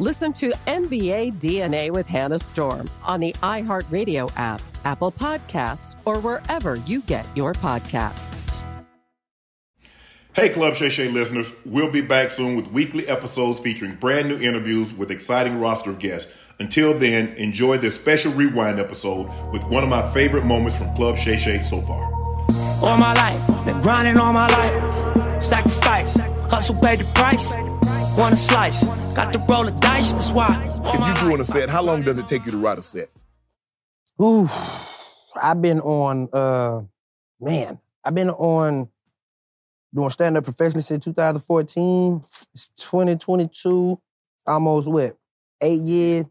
Listen to NBA DNA with Hannah Storm on the iHeartRadio app, Apple Podcasts, or wherever you get your podcasts. Hey, Club Shay Shay listeners. We'll be back soon with weekly episodes featuring brand new interviews with exciting roster of guests. Until then, enjoy this special rewind episode with one of my favorite moments from Club Shay Shay so far. All my life, been grinding all my life. Sacrifice, hustle paid the price. Want a slice, got to roll the dice, that's why. If you drew on a set, how long does it take you to write a set? Ooh, I've been on, uh, man, I've been on doing stand up professionally since 2014. It's 2022, almost what, eight years.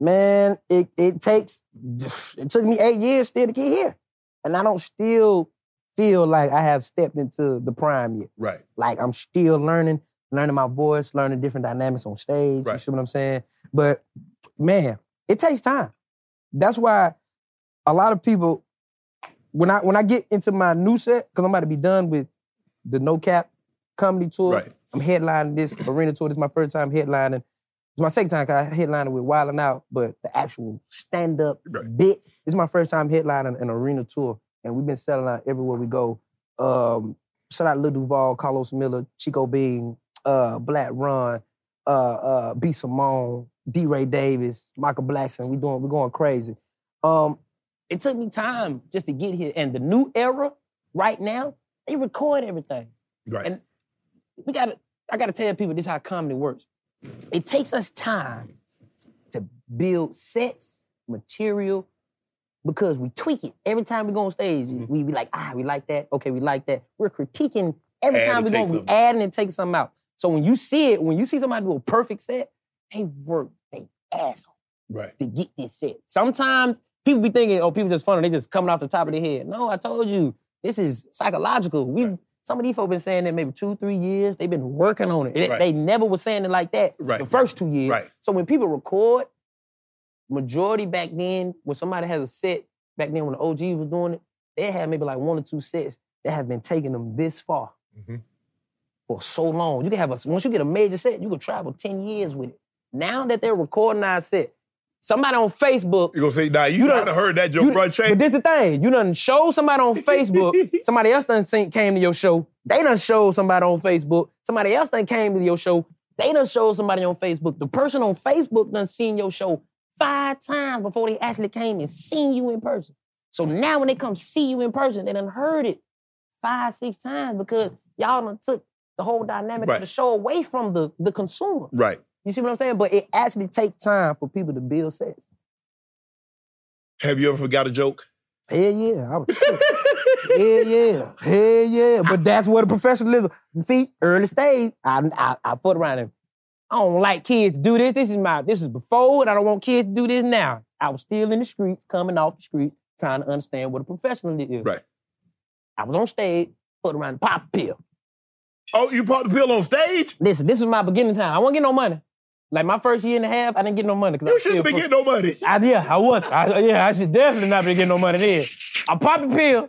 Man, it, it takes, it took me eight years still to get here. And I don't still feel like I have stepped into the prime yet. Right. Like I'm still learning, learning my voice, learning different dynamics on stage. You Right. see what I'm saying? But man, it takes time. That's why a lot of people, when I when I get into my new set, because I'm about to be done with the no cap comedy tour. Right. I'm headlining this arena tour. This is my first time headlining. It's my second time 'cause I headlined with Wild 'N Out, but the actual stand up Right. bit. This is my first time headlining an arena tour, and we've been selling out everywhere we go. Um, shout out Lil Duval, Carlos Miller, Chico Bean, uh, Black Run, uh, uh, B Simone, D Ray Davis, Michael Blackson. We doing, we're going crazy. Um, it took me time just to get here, and the new era right now, they record everything Right. And- we gotta I gotta tell people this is how comedy works. It takes us time to build sets, material, because we tweak it. Every time we go on stage, Mm-hmm. we be like, ah, we like that. Okay, we like that. We're critiquing every Add time and we go, take we something. adding and taking something out. So when you see it, when you see somebody do a perfect set, they work they ass off right. to get this set. Sometimes people be thinking, oh, people just funny, they just coming off the top of their head. No, I told you, this is psychological. We have some of these folks been saying that maybe two, three years. They've been working on it. They, Right. they never were saying it like that Right. the first two years. Right. So when people record, majority back then, when somebody has a set, back then when the OG was doing it, they had maybe like one or two sets that have been taking them this far Mhm. for so long. You can have a once you get a major set, you can travel 10 years with it. Now that they're recording our set, somebody on Facebook You're gonna say, nah, you, You done- done heard that you joke, bro. done- But Change. this the thing. You done show somebody on Facebook. somebody else done seen, came to your show. They done showed somebody on Facebook. Somebody else done came to your show. They done showed somebody on Facebook. The person on Facebook done seen your show five times before they actually came and seen you in person. So now when they come see you in person, they done heard it five, six times because y'all done took the whole dynamic Right. of the show away from the, the consumer. Right. You see what I'm saying? But it actually take time for people to build sets. Have you ever forgot a joke? Hell yeah. I was, hell yeah. Hell yeah. But that's where the professionalism. See, early stage, I I, I foot around him. I don't like kids to do this. This is my this is before, and I don't want kids to do this now. I was still in the streets, coming off the street, trying to understand what a professional is. Right. I was on stage, foot around the pop pill. Oh, you popped the pill on stage? Listen, this was my beginning time. I won't get no money. Like my first year and a half, I didn't get no money. 'cause I You was shouldn't still be foot- getting no money. I, yeah, I was. I, yeah, I should definitely not be getting no money then. I pop a pill,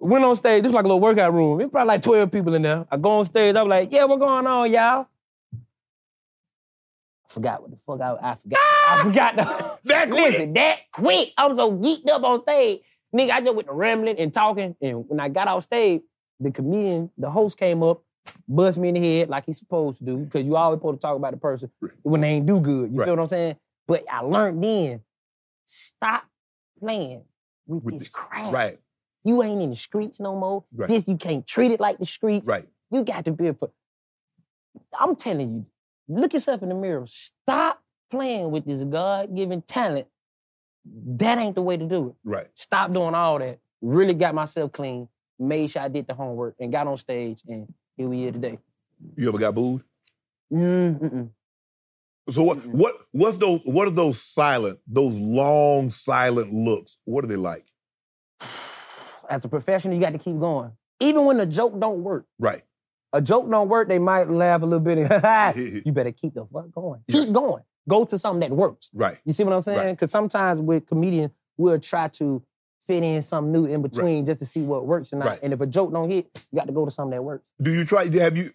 went on stage. This was like a little workout room. It was probably like 12 people in there. I go on stage. I'm like, yeah, what's going on, y'all? I forgot what the fuck I, I forgot. I forgot the. That quick? Listen, that quick. I'm so geeked up on stage. Nigga, I just went to rambling and talking. And when I got off stage, the comedian, the host came up, buzzed me in the head like he's supposed to do, because you always supposed to talk about the person when they ain't do good. You Right. feel what I'm saying? But I learned then, stop playing with, With this, this- crap. Right, You ain't in the streets no more. Right. This you can't treat it like the streets. right. You got to be a. pro- I'm telling you, look yourself in the mirror. Stop playing with this God-given talent. That ain't the way to do it. Right. Stop doing all that. Really got myself clean. Made sure I did the homework and got on stage, and here we are today. You ever got booed? Mm, mm-mm. So what? Mm-mm. What? What's those? What are those silent? Those long silent looks? What are they like? As a professional, you got to keep going. Even when the joke don't work, Right. a joke don't work, they might laugh a little bit. And you better keep the fuck going. Yeah. Keep going. Go to something that works. right. You see what I'm saying? Right. Because sometimes with comedians, we'll try to fit in something new in between just to see what works or not. Right. And if a joke don't hit, you got to go to something that works. Do you try? Have you?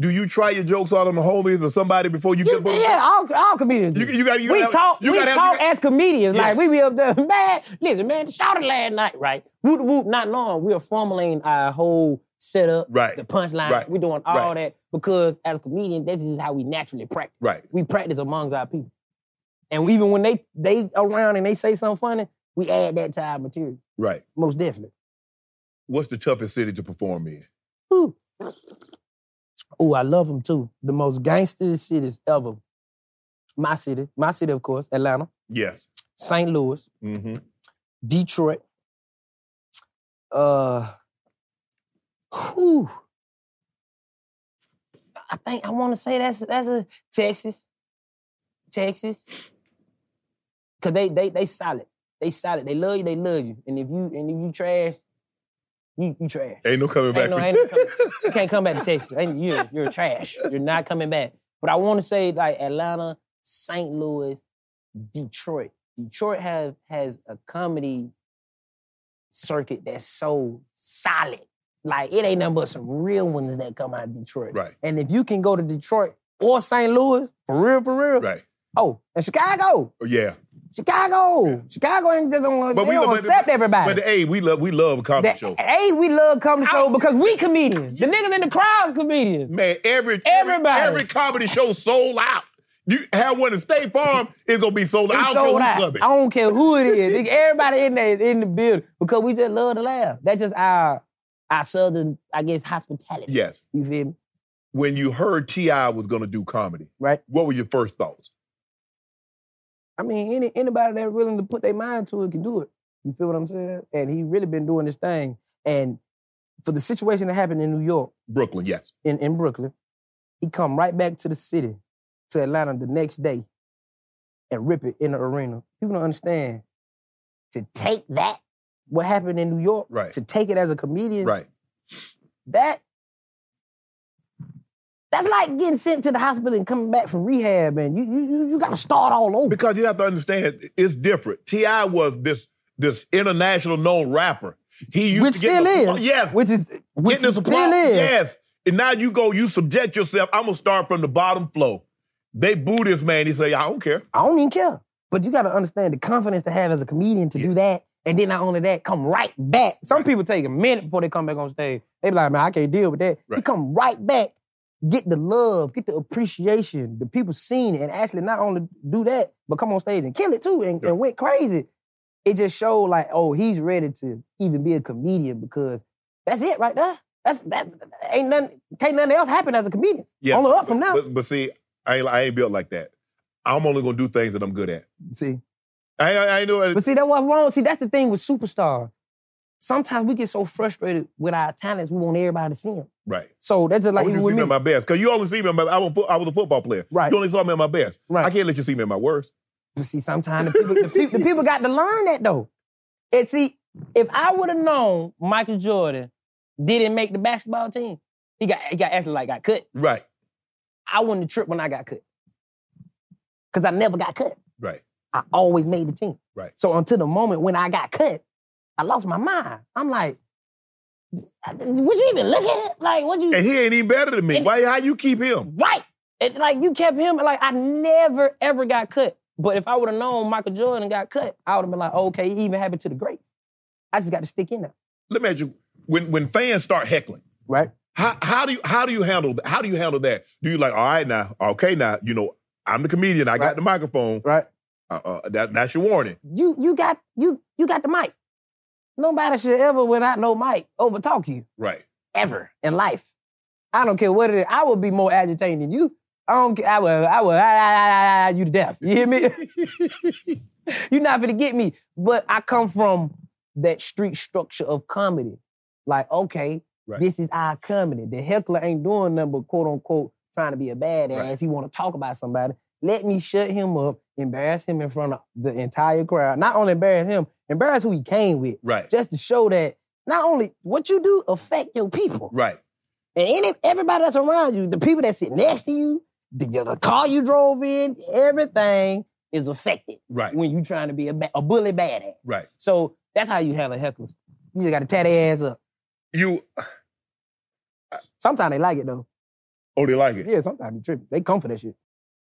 Do you try your jokes out on the homies or somebody before you, You- get booed? yeah, all, all comedians. You, do. you got. You we gotta have- talk, You we gotta have- talk you as comedians. Yeah. Like we be up there, man. Listen, man, shouted last night, right? Whoop whoop, not knowing we're formulating our whole setup, Right. the punchline. Right. We're doing all that because as comedians, that's just how we naturally practice. Right. We practice amongst our people, and even when they they around and they say something funny, we add that to our material. Right. Most definitely. What's the toughest city to perform in? Ooh. Ooh, I love them too. The most gangster cities ever. My city, my city, of course, Atlanta, Yes. St. Louis, Mm-hmm. Detroit. Uh, whew. I think I want to say that's that's a Texas, Texas, cause they they they solid. They solid. They love you. They love you. And if you and if you trash, you you trash. Ain't no coming back. Ain't no- from- ain't no coming- You can't come back to Texas. Ain't- You're you're trash. You're not coming back. But I want to say like Atlanta, St. Louis, Detroit. Detroit has has a comedy circuit that's so solid. Like it ain't nothing but some real ones that come out of Detroit. right. And if you can go to Detroit or St. Louis, for real, for real. Right. Oh, and Chicago, Oh, Yeah. Chicago, Yeah. Chicago ain't just on. But But we- we don't but- accept everybody. But hey, we love we love a comedy That- show. Hey, we love comedy show because we comedians. The niggas in the crowd's comedians. Man, every Everybody. every, every comedy show sold out. You have one in State Farm, it's gonna be sold out. It's I don't sold care out. who club it. I don't care who it is. Nigga, Everybody in there is in the building because we just love to laugh. That's just our our southern, I guess, hospitality. Yes. You feel me? When you heard Ti was gonna do comedy, Right. What were your first thoughts? I mean, any anybody that's willing to put their mind to it can do it. You feel what I'm saying? And he really been doing this thing. And for the situation that happened in New York, Brooklyn, yes. in, in Brooklyn. He come right back to the city, to Atlanta the next day, and rip it in the arena. People don't understand. To take that, what happened in New York, Right. to take it as a comedian, Right. that that's like getting sent to the hospital and coming back from rehab, and you you you- you gotta start all over. Because you have to understand, it's different. Ti was this this international known rapper. He used Which to get still the- is. yes, Which is which getting is us still applause. is. Yes. And now you go, you subject yourself. I'm gonna start from the bottom flow. They boo this man. He say, I don't care. I don't even care. But you got to understand the confidence to have as a comedian to do that. And then not only that, come right back. Some people take a minute before they come back on stage. They be like, man, I can't deal with that. You Right. come right back, get the love, get the appreciation, the people seeing it, and actually not only do that, but come on stage and kill it too and, Yeah. and went crazy. It just showed like, oh, he's ready to even be a comedian because that's it right there. That's that ain't nothing can't nothing else happen as a comedian. Yes. Only up from now. But, but see, I ain't, I ain't built like that. I'm only gonna do things that I'm good at. See. I I, I know But see, that was wrong. See, that's the thing with superstars. Sometimes we get so frustrated with our talents, we want everybody to see them. right. So that's just I like want you to even see with me me. at my best. Cause you only see me at my I was, a fo- I was a football player. Right. You only saw me at my best. Right. I can't let you see me at my worst. But see, sometimes the people, the, people, the people got to learn that though. And see, if I would have known Michael Jordan didn't make the basketball team, he got he got actually like got cut. Right. I wouldn't have tripped when I got cut. Cause I never got cut. Right. I always made the team. Right. So until the moment when I got cut, I lost my mind. I'm like, would you even look at it? Like, would you? And he ain't even better than me. And- Why how you keep him? Right. It, like you kept him. Like I never ever got cut. But if I would have known Michael Jordan got cut, I would have been like, okay, it even happened to the greats. I just got to stick in there. Let me ask you, when when fans start heckling, Right. How how do you how do you handle how do you handle that? Do you like all right now? Okay now, you know I'm the comedian. I Right. got the microphone. Right. Uh, uh, that, that's your warning. You you got you you got the mic. Nobody should ever, without no mic, overtalk you Right. ever in life. I don't care what it is. I would be more agitated than you. I don't care. I will. I will. I, I, I, I, you to death. You hear me? You're not gonna get me. But I come from that street structure of comedy. Like, okay, Right. this is our comedy. The heckler ain't doing nothing but quote unquote trying to be a badass. Right. He want to talk about somebody. Let me shut him up, embarrass him in front of the entire crowd. Not only embarrass him, embarrass who he came with, Right. just to show that not only what you do affect your people. Right. And any, everybody that's around you, the people that sit next to you, the, the car you drove in, everything is affected Right. when you trying to be a, ba- a bully badass. Right. So that's how you handle hecklers. You just got to tear their ass up. You. Sometimes they like it though. Oh, they like it. Yeah, sometimes you tripping. They come for that shit.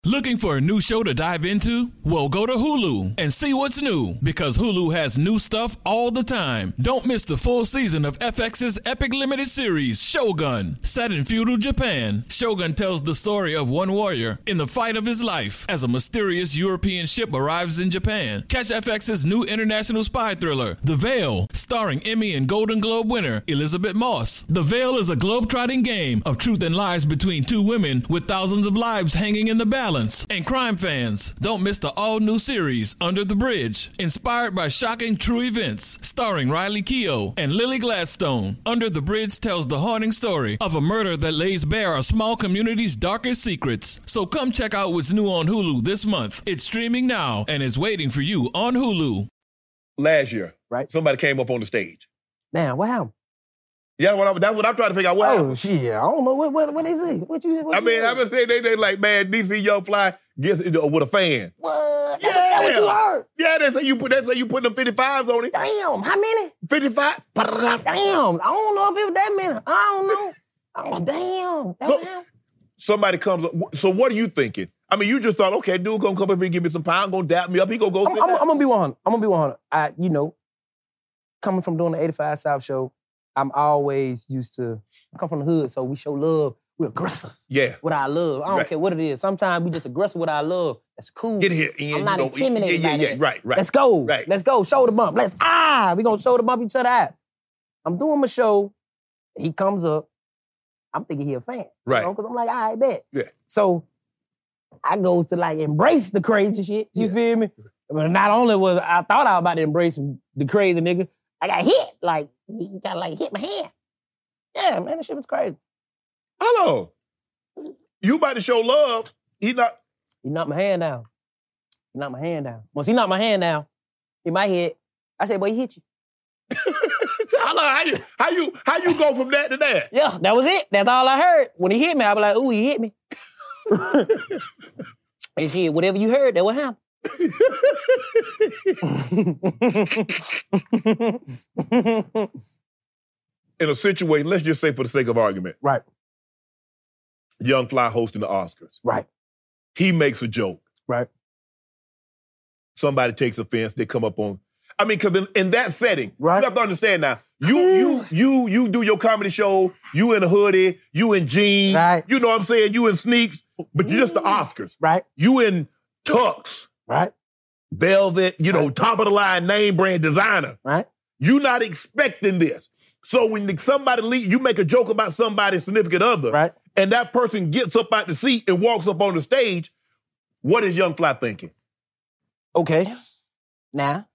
Looking for a new show to dive into? Well, go to Hulu and see what's new because Hulu has new stuff all the time. Don't miss the full season of FX's epic limited series, Shogun. Set in feudal Japan, Shogun tells the story of one warrior in the fight of his life as a mysterious European ship arrives in Japan. Catch FX's new international spy thriller, The Veil, starring Emmy and Golden Globe winner Elizabeth Moss. The Veil is a globe-trotting game of truth and lies between two women with thousands of lives hanging in the balance. And crime fans, don't miss the all-new series Under the Bridge, inspired by shocking true events, starring Riley Keough and Lily Gladstone. Under the Bridge tells the haunting story of a murder that lays bare a small community's darkest secrets. So come check out what's new on Hulu this month. It's streaming now and is waiting for you on Hulu. Last year, Right. Somebody came up on the stage. Man, what happened? Yeah, what I, that's what I'm trying to figure out. What happened? oh shit, I don't know what what what is it? What you? What I you mean, heard? I've been saying they, they like, man, DC Young Fly gets it with a fan. what? That, that what you Yeah. heard? Yeah, they say you put that's say you putting them 55s on it. Damn, how many? 55. Damn, I don't know if it was that many. I don't know. Oh damn, that So- what happened? Somebody comes up. So what are you thinking? I mean, you just thought, okay, dude gonna come up here and give me some pound, gonna dap me up. He gonna go. I'm, sit I'm, down. I'm gonna be 100. I'm gonna be 100. I, you know, coming from doing the 85 South show, I'm always used to I come from the hood, so we show love. We're aggressive yeah. with our love. I don't Right. care what it is. Sometimes we just aggressive with our love. That's cool. Get here. Ian. I'm You not know, yeah, intimidated Yeah, by yeah, that. Right, right. Let's go. Right. Let's go. Shoulder bump. Let's ah. We gonna shoulder bump each other out. I'm doing my show. He comes up. I'm thinking he a fan. Right. You know, Cause I'm like, I bet. Yeah. So I goes to like embrace the crazy shit. You Yeah. feel me? But not only was I thought I was about to embrace the crazy nigga, I got hit. Like he kind of like hit my hand. Yeah, man, that shit was crazy. Hello. You about to show love. He not. He knocked my hand down. He knocked my hand down. Once he knocked my hand down, in my head, I said, "Boy, he hit you." Hello. How you? How you? How you go from that to that? Yeah, that was it. That's all I heard. When he hit me, I was like, ooh, he hit me. and shit, whatever you heard, that what happened. In a situation, let's just say for the sake of argument. Right. Young Fly hosting the Oscars. right. He makes a joke. Right. Somebody takes offense. They come up on. I mean, because in, in that setting, Right. you have to understand now. You you you you do your comedy show. You in a hoodie. You in jeans. Right. You know what I'm saying? You in sneaks. But you just the Oscars. Right. You in tux, Right. velvet. You know, top of the line name brand designer. Right. You're not expecting this. So when somebody leave, you make a joke about somebody's significant other, Right. and that person gets up out the seat and walks up on the stage, what is Young Fly thinking? Okay. Now,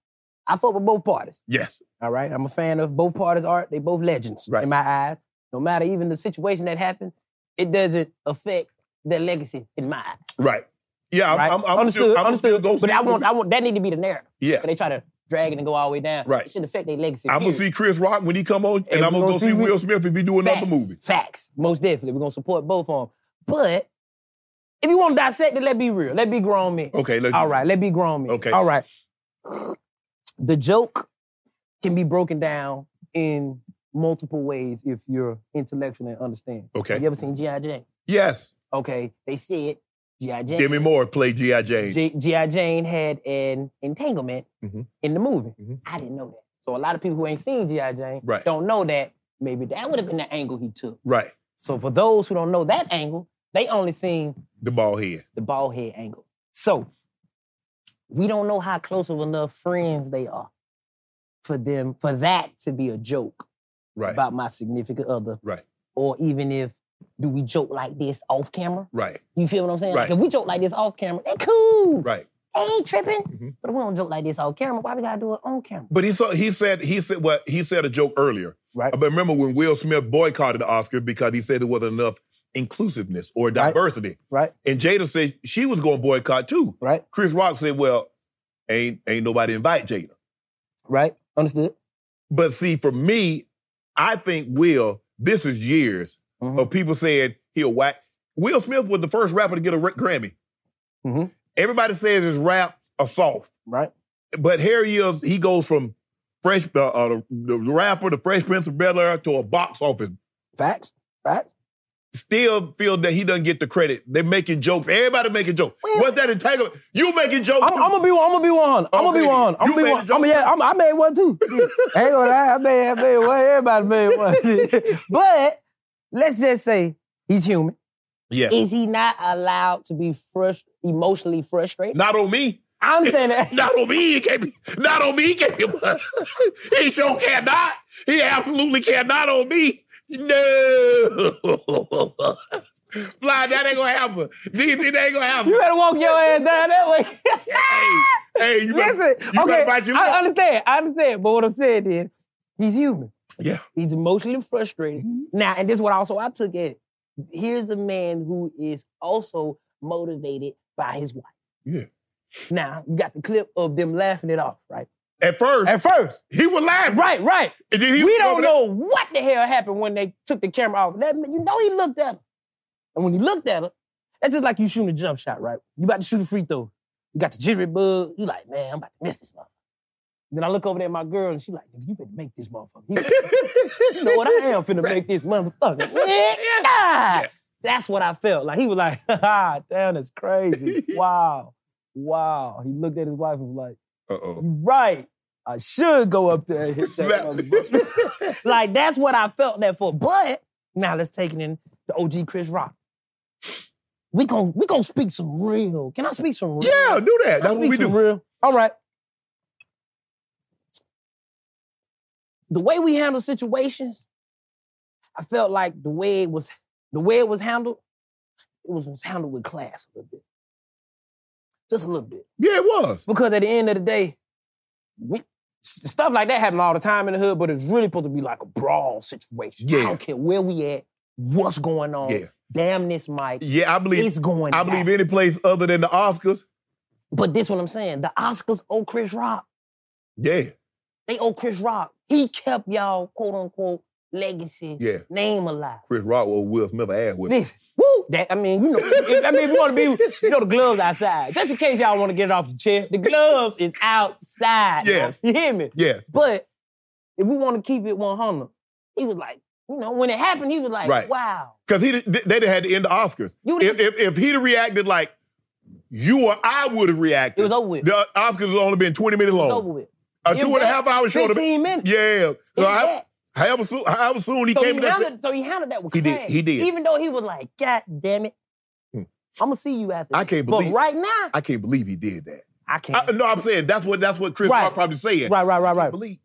I fought with both parties. Yes. All right. I'm a fan of both parties' art. They both legends Right. in my eyes. No matter even the situation that happened, it doesn't affect their legacy in my eyes. Right. Yeah, I'm, right? I'm, I'm understood. Still, I'm understood. Still go but see I the want, movie. I want that need to be the narrative. yeah. But they try to drag it and go all the way down. Right. It should affect their legacy. I'm gonna period. see Chris Rock when he come on, and, And I'm we gonna go gonna see see Will Smith if he do another Facts. movie. Facts. Most definitely. We're gonna support both of them. But if you want to dissect it, let's be real. Let's be grown men. Okay. Let's, All right, let's be grown men. Okay. All right. The joke can be broken down in multiple ways if you're intellectual and understand. Have Okay. you ever seen G.I. Jane? Yes. Okay, they said G.I. Jane. Demi Moore played G.I. Jane. G- G.I. Jane had an entanglement Mhm. in the movie. Mhm. I didn't know that. So a lot of people who ain't seen G.I. Jane Right. don't know that. Maybe that would have been the angle he took. right. So for those who don't know that angle, they only seen The ball head. the bald head angle. So we don't know how close of enough friends they are for them for that to be a joke Right. about my significant other. Right. Or even if do we joke like this off camera? Right. You feel what I'm saying? Right. Like if we joke like this off camera, they cool. Right. They ain't tripping. Mhm. But if we don't joke like this off camera, why we gotta do it on camera? But he saw, he said he said what he said a joke earlier. Right. But remember when Will Smith boycotted the Oscar because he said there wasn't enough inclusiveness or Right. diversity. Right. And Jada said she was going to boycott too. Right. Chris Rock said, "Well, ain't ain't nobody invite Jada." Right. Understood. But see, for me, I think Will. This is years Mhm. of people saying he'll wax. Will Smith was the first rapper to get a Ra- Grammy. Mhm. Everybody says his rap are soft, Right. but Harry is he goes from fresh uh, uh, the, the rapper, the Fresh Prince of Bel Air, to a box office. Facts. Facts. Still feel that he doesn't get the credit. They're making jokes. Everybody making jokes. Well- What's that entanglement? You making jokes? I'm, too. I'm gonna be one. I'm gonna be one. I'm gonna Okay. be one. I'm You gonna be made one. a I'm, yeah, I'm, I made one too. I ain't gonna lie. I made, I made one. Everybody made one. but let's just say he's human. yeah. Is he not allowed to be frust- emotionally frustrated? Not on me. I understand that. Not on me. He can't be. Not on me. He can't be. he sure cannot. He absolutely cannot on me. No. Fly, that ain't gonna happen. DC, that ain't gonna happen. You better walk your ass down that way. Hey, hey, you better, Listen, you better okay, bite your I lip. understand, I understand. But what I'm saying is, he's human. Yeah. Mm-hmm. He's emotionally frustrated. Now, and this is what also I took at it. Here's a man who is also motivated by his wife. Yeah. Now, you got the clip of them laughing it off, right? At first, At first. he was laughing. Right, right. And then he we was don't over know what the hell happened when they took the camera off. That you know he looked at her, and when he looked at her, that's just like you shooting a jump shot, right? You about to shoot a free throw. You got the jittery bug. You like, man, I'm about to miss this motherfucker. Then I look over there at my girl, and she like, nigga, you better make this motherfucker. He like, you know what? I am finna make this motherfucker. Yeah. That's what I felt. Like he was like, ah, damn, that's crazy. Wow. Wow. He looked at his wife and was like, that. Uh-oh. you right. I should go up there and hit that motherfucker. like that's what I felt that for. But now let's take it in the OG Chris Rock. We gon' we gon' speak some real. Can I speak some real? yeah, do that. Can I That's what speak we some do. Real. All right. The way we handle situations, I felt like the way it was the way it was handled, it was handled with class a little bit. Just a little bit. Yeah, it was. Because at the end of the day, we, s- stuff like that happen all the time in the hood, but it's really supposed to be like a brawl situation. I Yeah. don't care where we at, what's going on. Yeah. Damn this mic. Yeah, I believe. It's going I believe any place other than the Oscars. But this what I'm saying. The Oscars owe Chris Rock. Yeah, They owe Chris Rock. He kept y'all quote unquote legacy yeah. name alive. Chris Rock or Will Smith ass with Listen, woo, that I mean, you know, if, I mean, if you want to be, you know, the gloves outside. Just in case y'all want to get it off the chair, the gloves is outside. Yes. you hear me? Yeah, But if we want to keep it 100, he was like, you know, when it happened, he was like, Right. wow. because he did- they done had to end the Oscars. You If didn't- if, if he'd have reacted like you or I would have reacted, it was over with. It the Oscars would only been twenty minutes was long, over with. a If two and a that, half hour show. 15 minutes. Yeah, If so I, that. however soon, however soon he So came he, in there, said, handled, so he handled that with He did, class. he did. Even though he was like, God damn it. Hmm. I'm going to see you after. I this." can't But believe- right now, I can't believe he did that. I I- can't. no, I'm saying that's what that's what Chris Right. Rock probably saying. right, right, right, right. Believe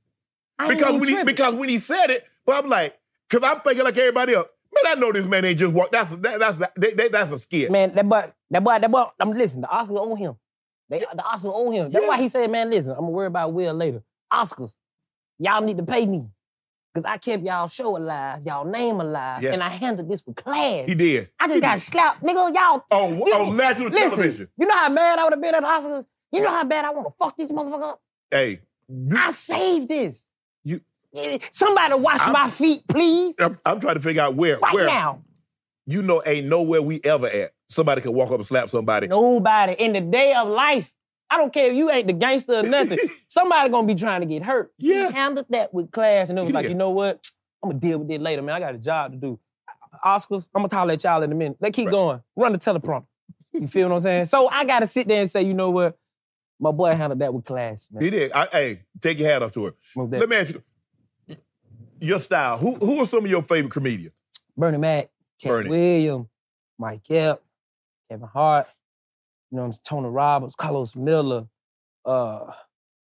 I ain't because even when he, tripping. because when he said it, but I'm like, because I'm thinking like everybody else. Man, I know this man ain't just walk. That's that, that's they, they, that's a skit. Man, that boy, that boy, that boy, I'm listen, the Oscar owe him. They, the Oscar owe him. That's why he said, man, listen, I'm gonna worry about Will later. Oscars, y'all need to pay me. Cause I kept y'all show alive, y'all name alive, Yeah. and I handled this with class. He did I just got slapped, nigga. Y'all on You- on national listen. television. you know how mad I would have been at the Oscars? You know how bad I wanna fuck this motherfucker up? Hey, I saved this. You- Eh, somebody wash I'm- my feet, please. I'm, I'm trying to figure out where Right where now. you know ain't nowhere we ever at. Somebody can walk up and slap somebody. Nobody in the day of life. I don't care if you ain't the gangster or nothing. Somebody gonna be trying to get hurt. Yes. He handled that with class and it was He like, did. you know what? I'm gonna deal with it later, man. I got a job to do. Oscars, I'm gonna holler at y'all in a minute. They keep Right. going. Run the teleprompter. You feel what I'm saying? So I gotta sit there and say, you know what? My boy handled that with class, man. He did. I, hey, take your hat off to her. Most Let definitely. me ask you your style. Who who are some of your favorite comedians? Bernie Mac, Kevin Bernie. Williams, Mike Epp, Kevin Hart, you know, Tony Robbins, Carlos Miller, Uh,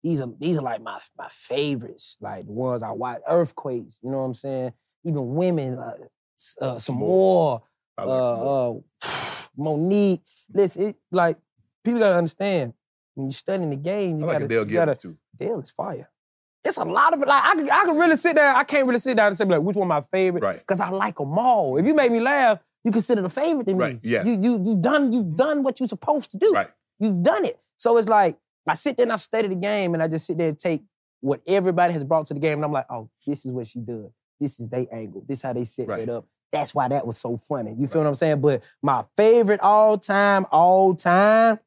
these are these are like my my favorites, like the ones I watch. Earthquakes, you know what I'm saying? Even women, uh, s- uh, some more. I like some more. Uh, uh, Monique. Listen, it, like people gotta understand when you're studying the game, I you like gotta, Adele you gotta Gibbons too. Dale is fire. It's a lot of it. Like I could, I could really sit down. I can't really sit down and say like which one my favorite. Right. Because I like them all. If you make me laugh, you consider the favorite to me. Right, yeah. You you you've done you've done what you're supposed to do. Right. You've done it. So it's like I sit there and I study the game and I just sit there and take what everybody has brought to the game and I'm like, oh, this is what she did. This is they angle. This how they set Right. that up. That's why that was so funny. You feel what I'm saying? But my favorite all time, all time,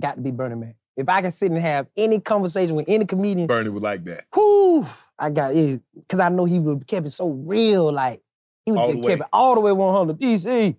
got to be Burning Man. If I can sit and have any conversation with any comedian, Bernie would like that. whew, I got it. Cause I know he would kept it so real. Like he would All just the way. kept it all the way 100. DC.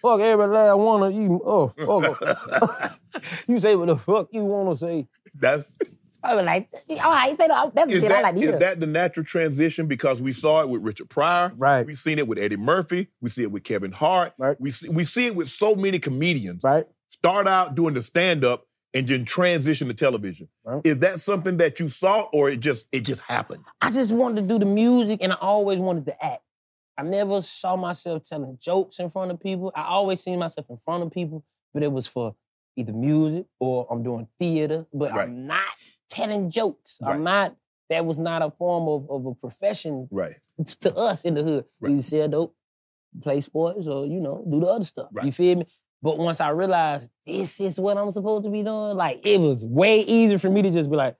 Fuck every last one of you. Oh, fuck. you say what the fuck you want to say. That's I was like, all right, say that. that's the is shit I that, like to is hear. that the natural transition because we saw it with Richard Pryor. right, We've seen it with Eddie Murphy. We see it with Kevin Hart. Right. We see, we see it with so many comedians. right. Start out doing the stand up and then transition to television. Right. Is that something that you saw or it just it just happened? I just wanted to do the music and I always wanted to act. I never saw myself telling jokes in front of people. I always seen myself in front of people, but it was for either music or I'm doing theater, but Right. I'm not telling jokes. Right. I'm not, that was not a form of, of a profession Right. to us in the hood. Right. You sell dope, play sports, or you know, do the other stuff. Right. You feel me? But once I realized this is what I'm supposed to be doing, like it was way easier for me to just be like,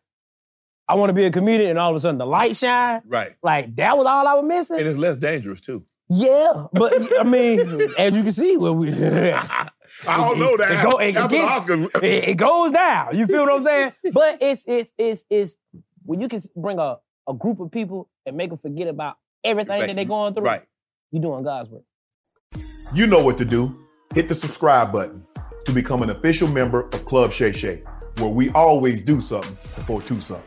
I want to be a comedian, and all of a sudden the light shine. Right. Like that was all I was missing. And it's less dangerous too. yeah, but I mean, as you can see, well, we it, I don't know that. It go- it After the gets- Oscar, it goes down. You feel what I'm saying? But it's it's it's it's when you can bring a, a group of people and make them forget about everything that they're going through. right. You're doing God's work. You know what to do. Hit the subscribe button to become an official member of Club Shay Shay, where we always do something before two something.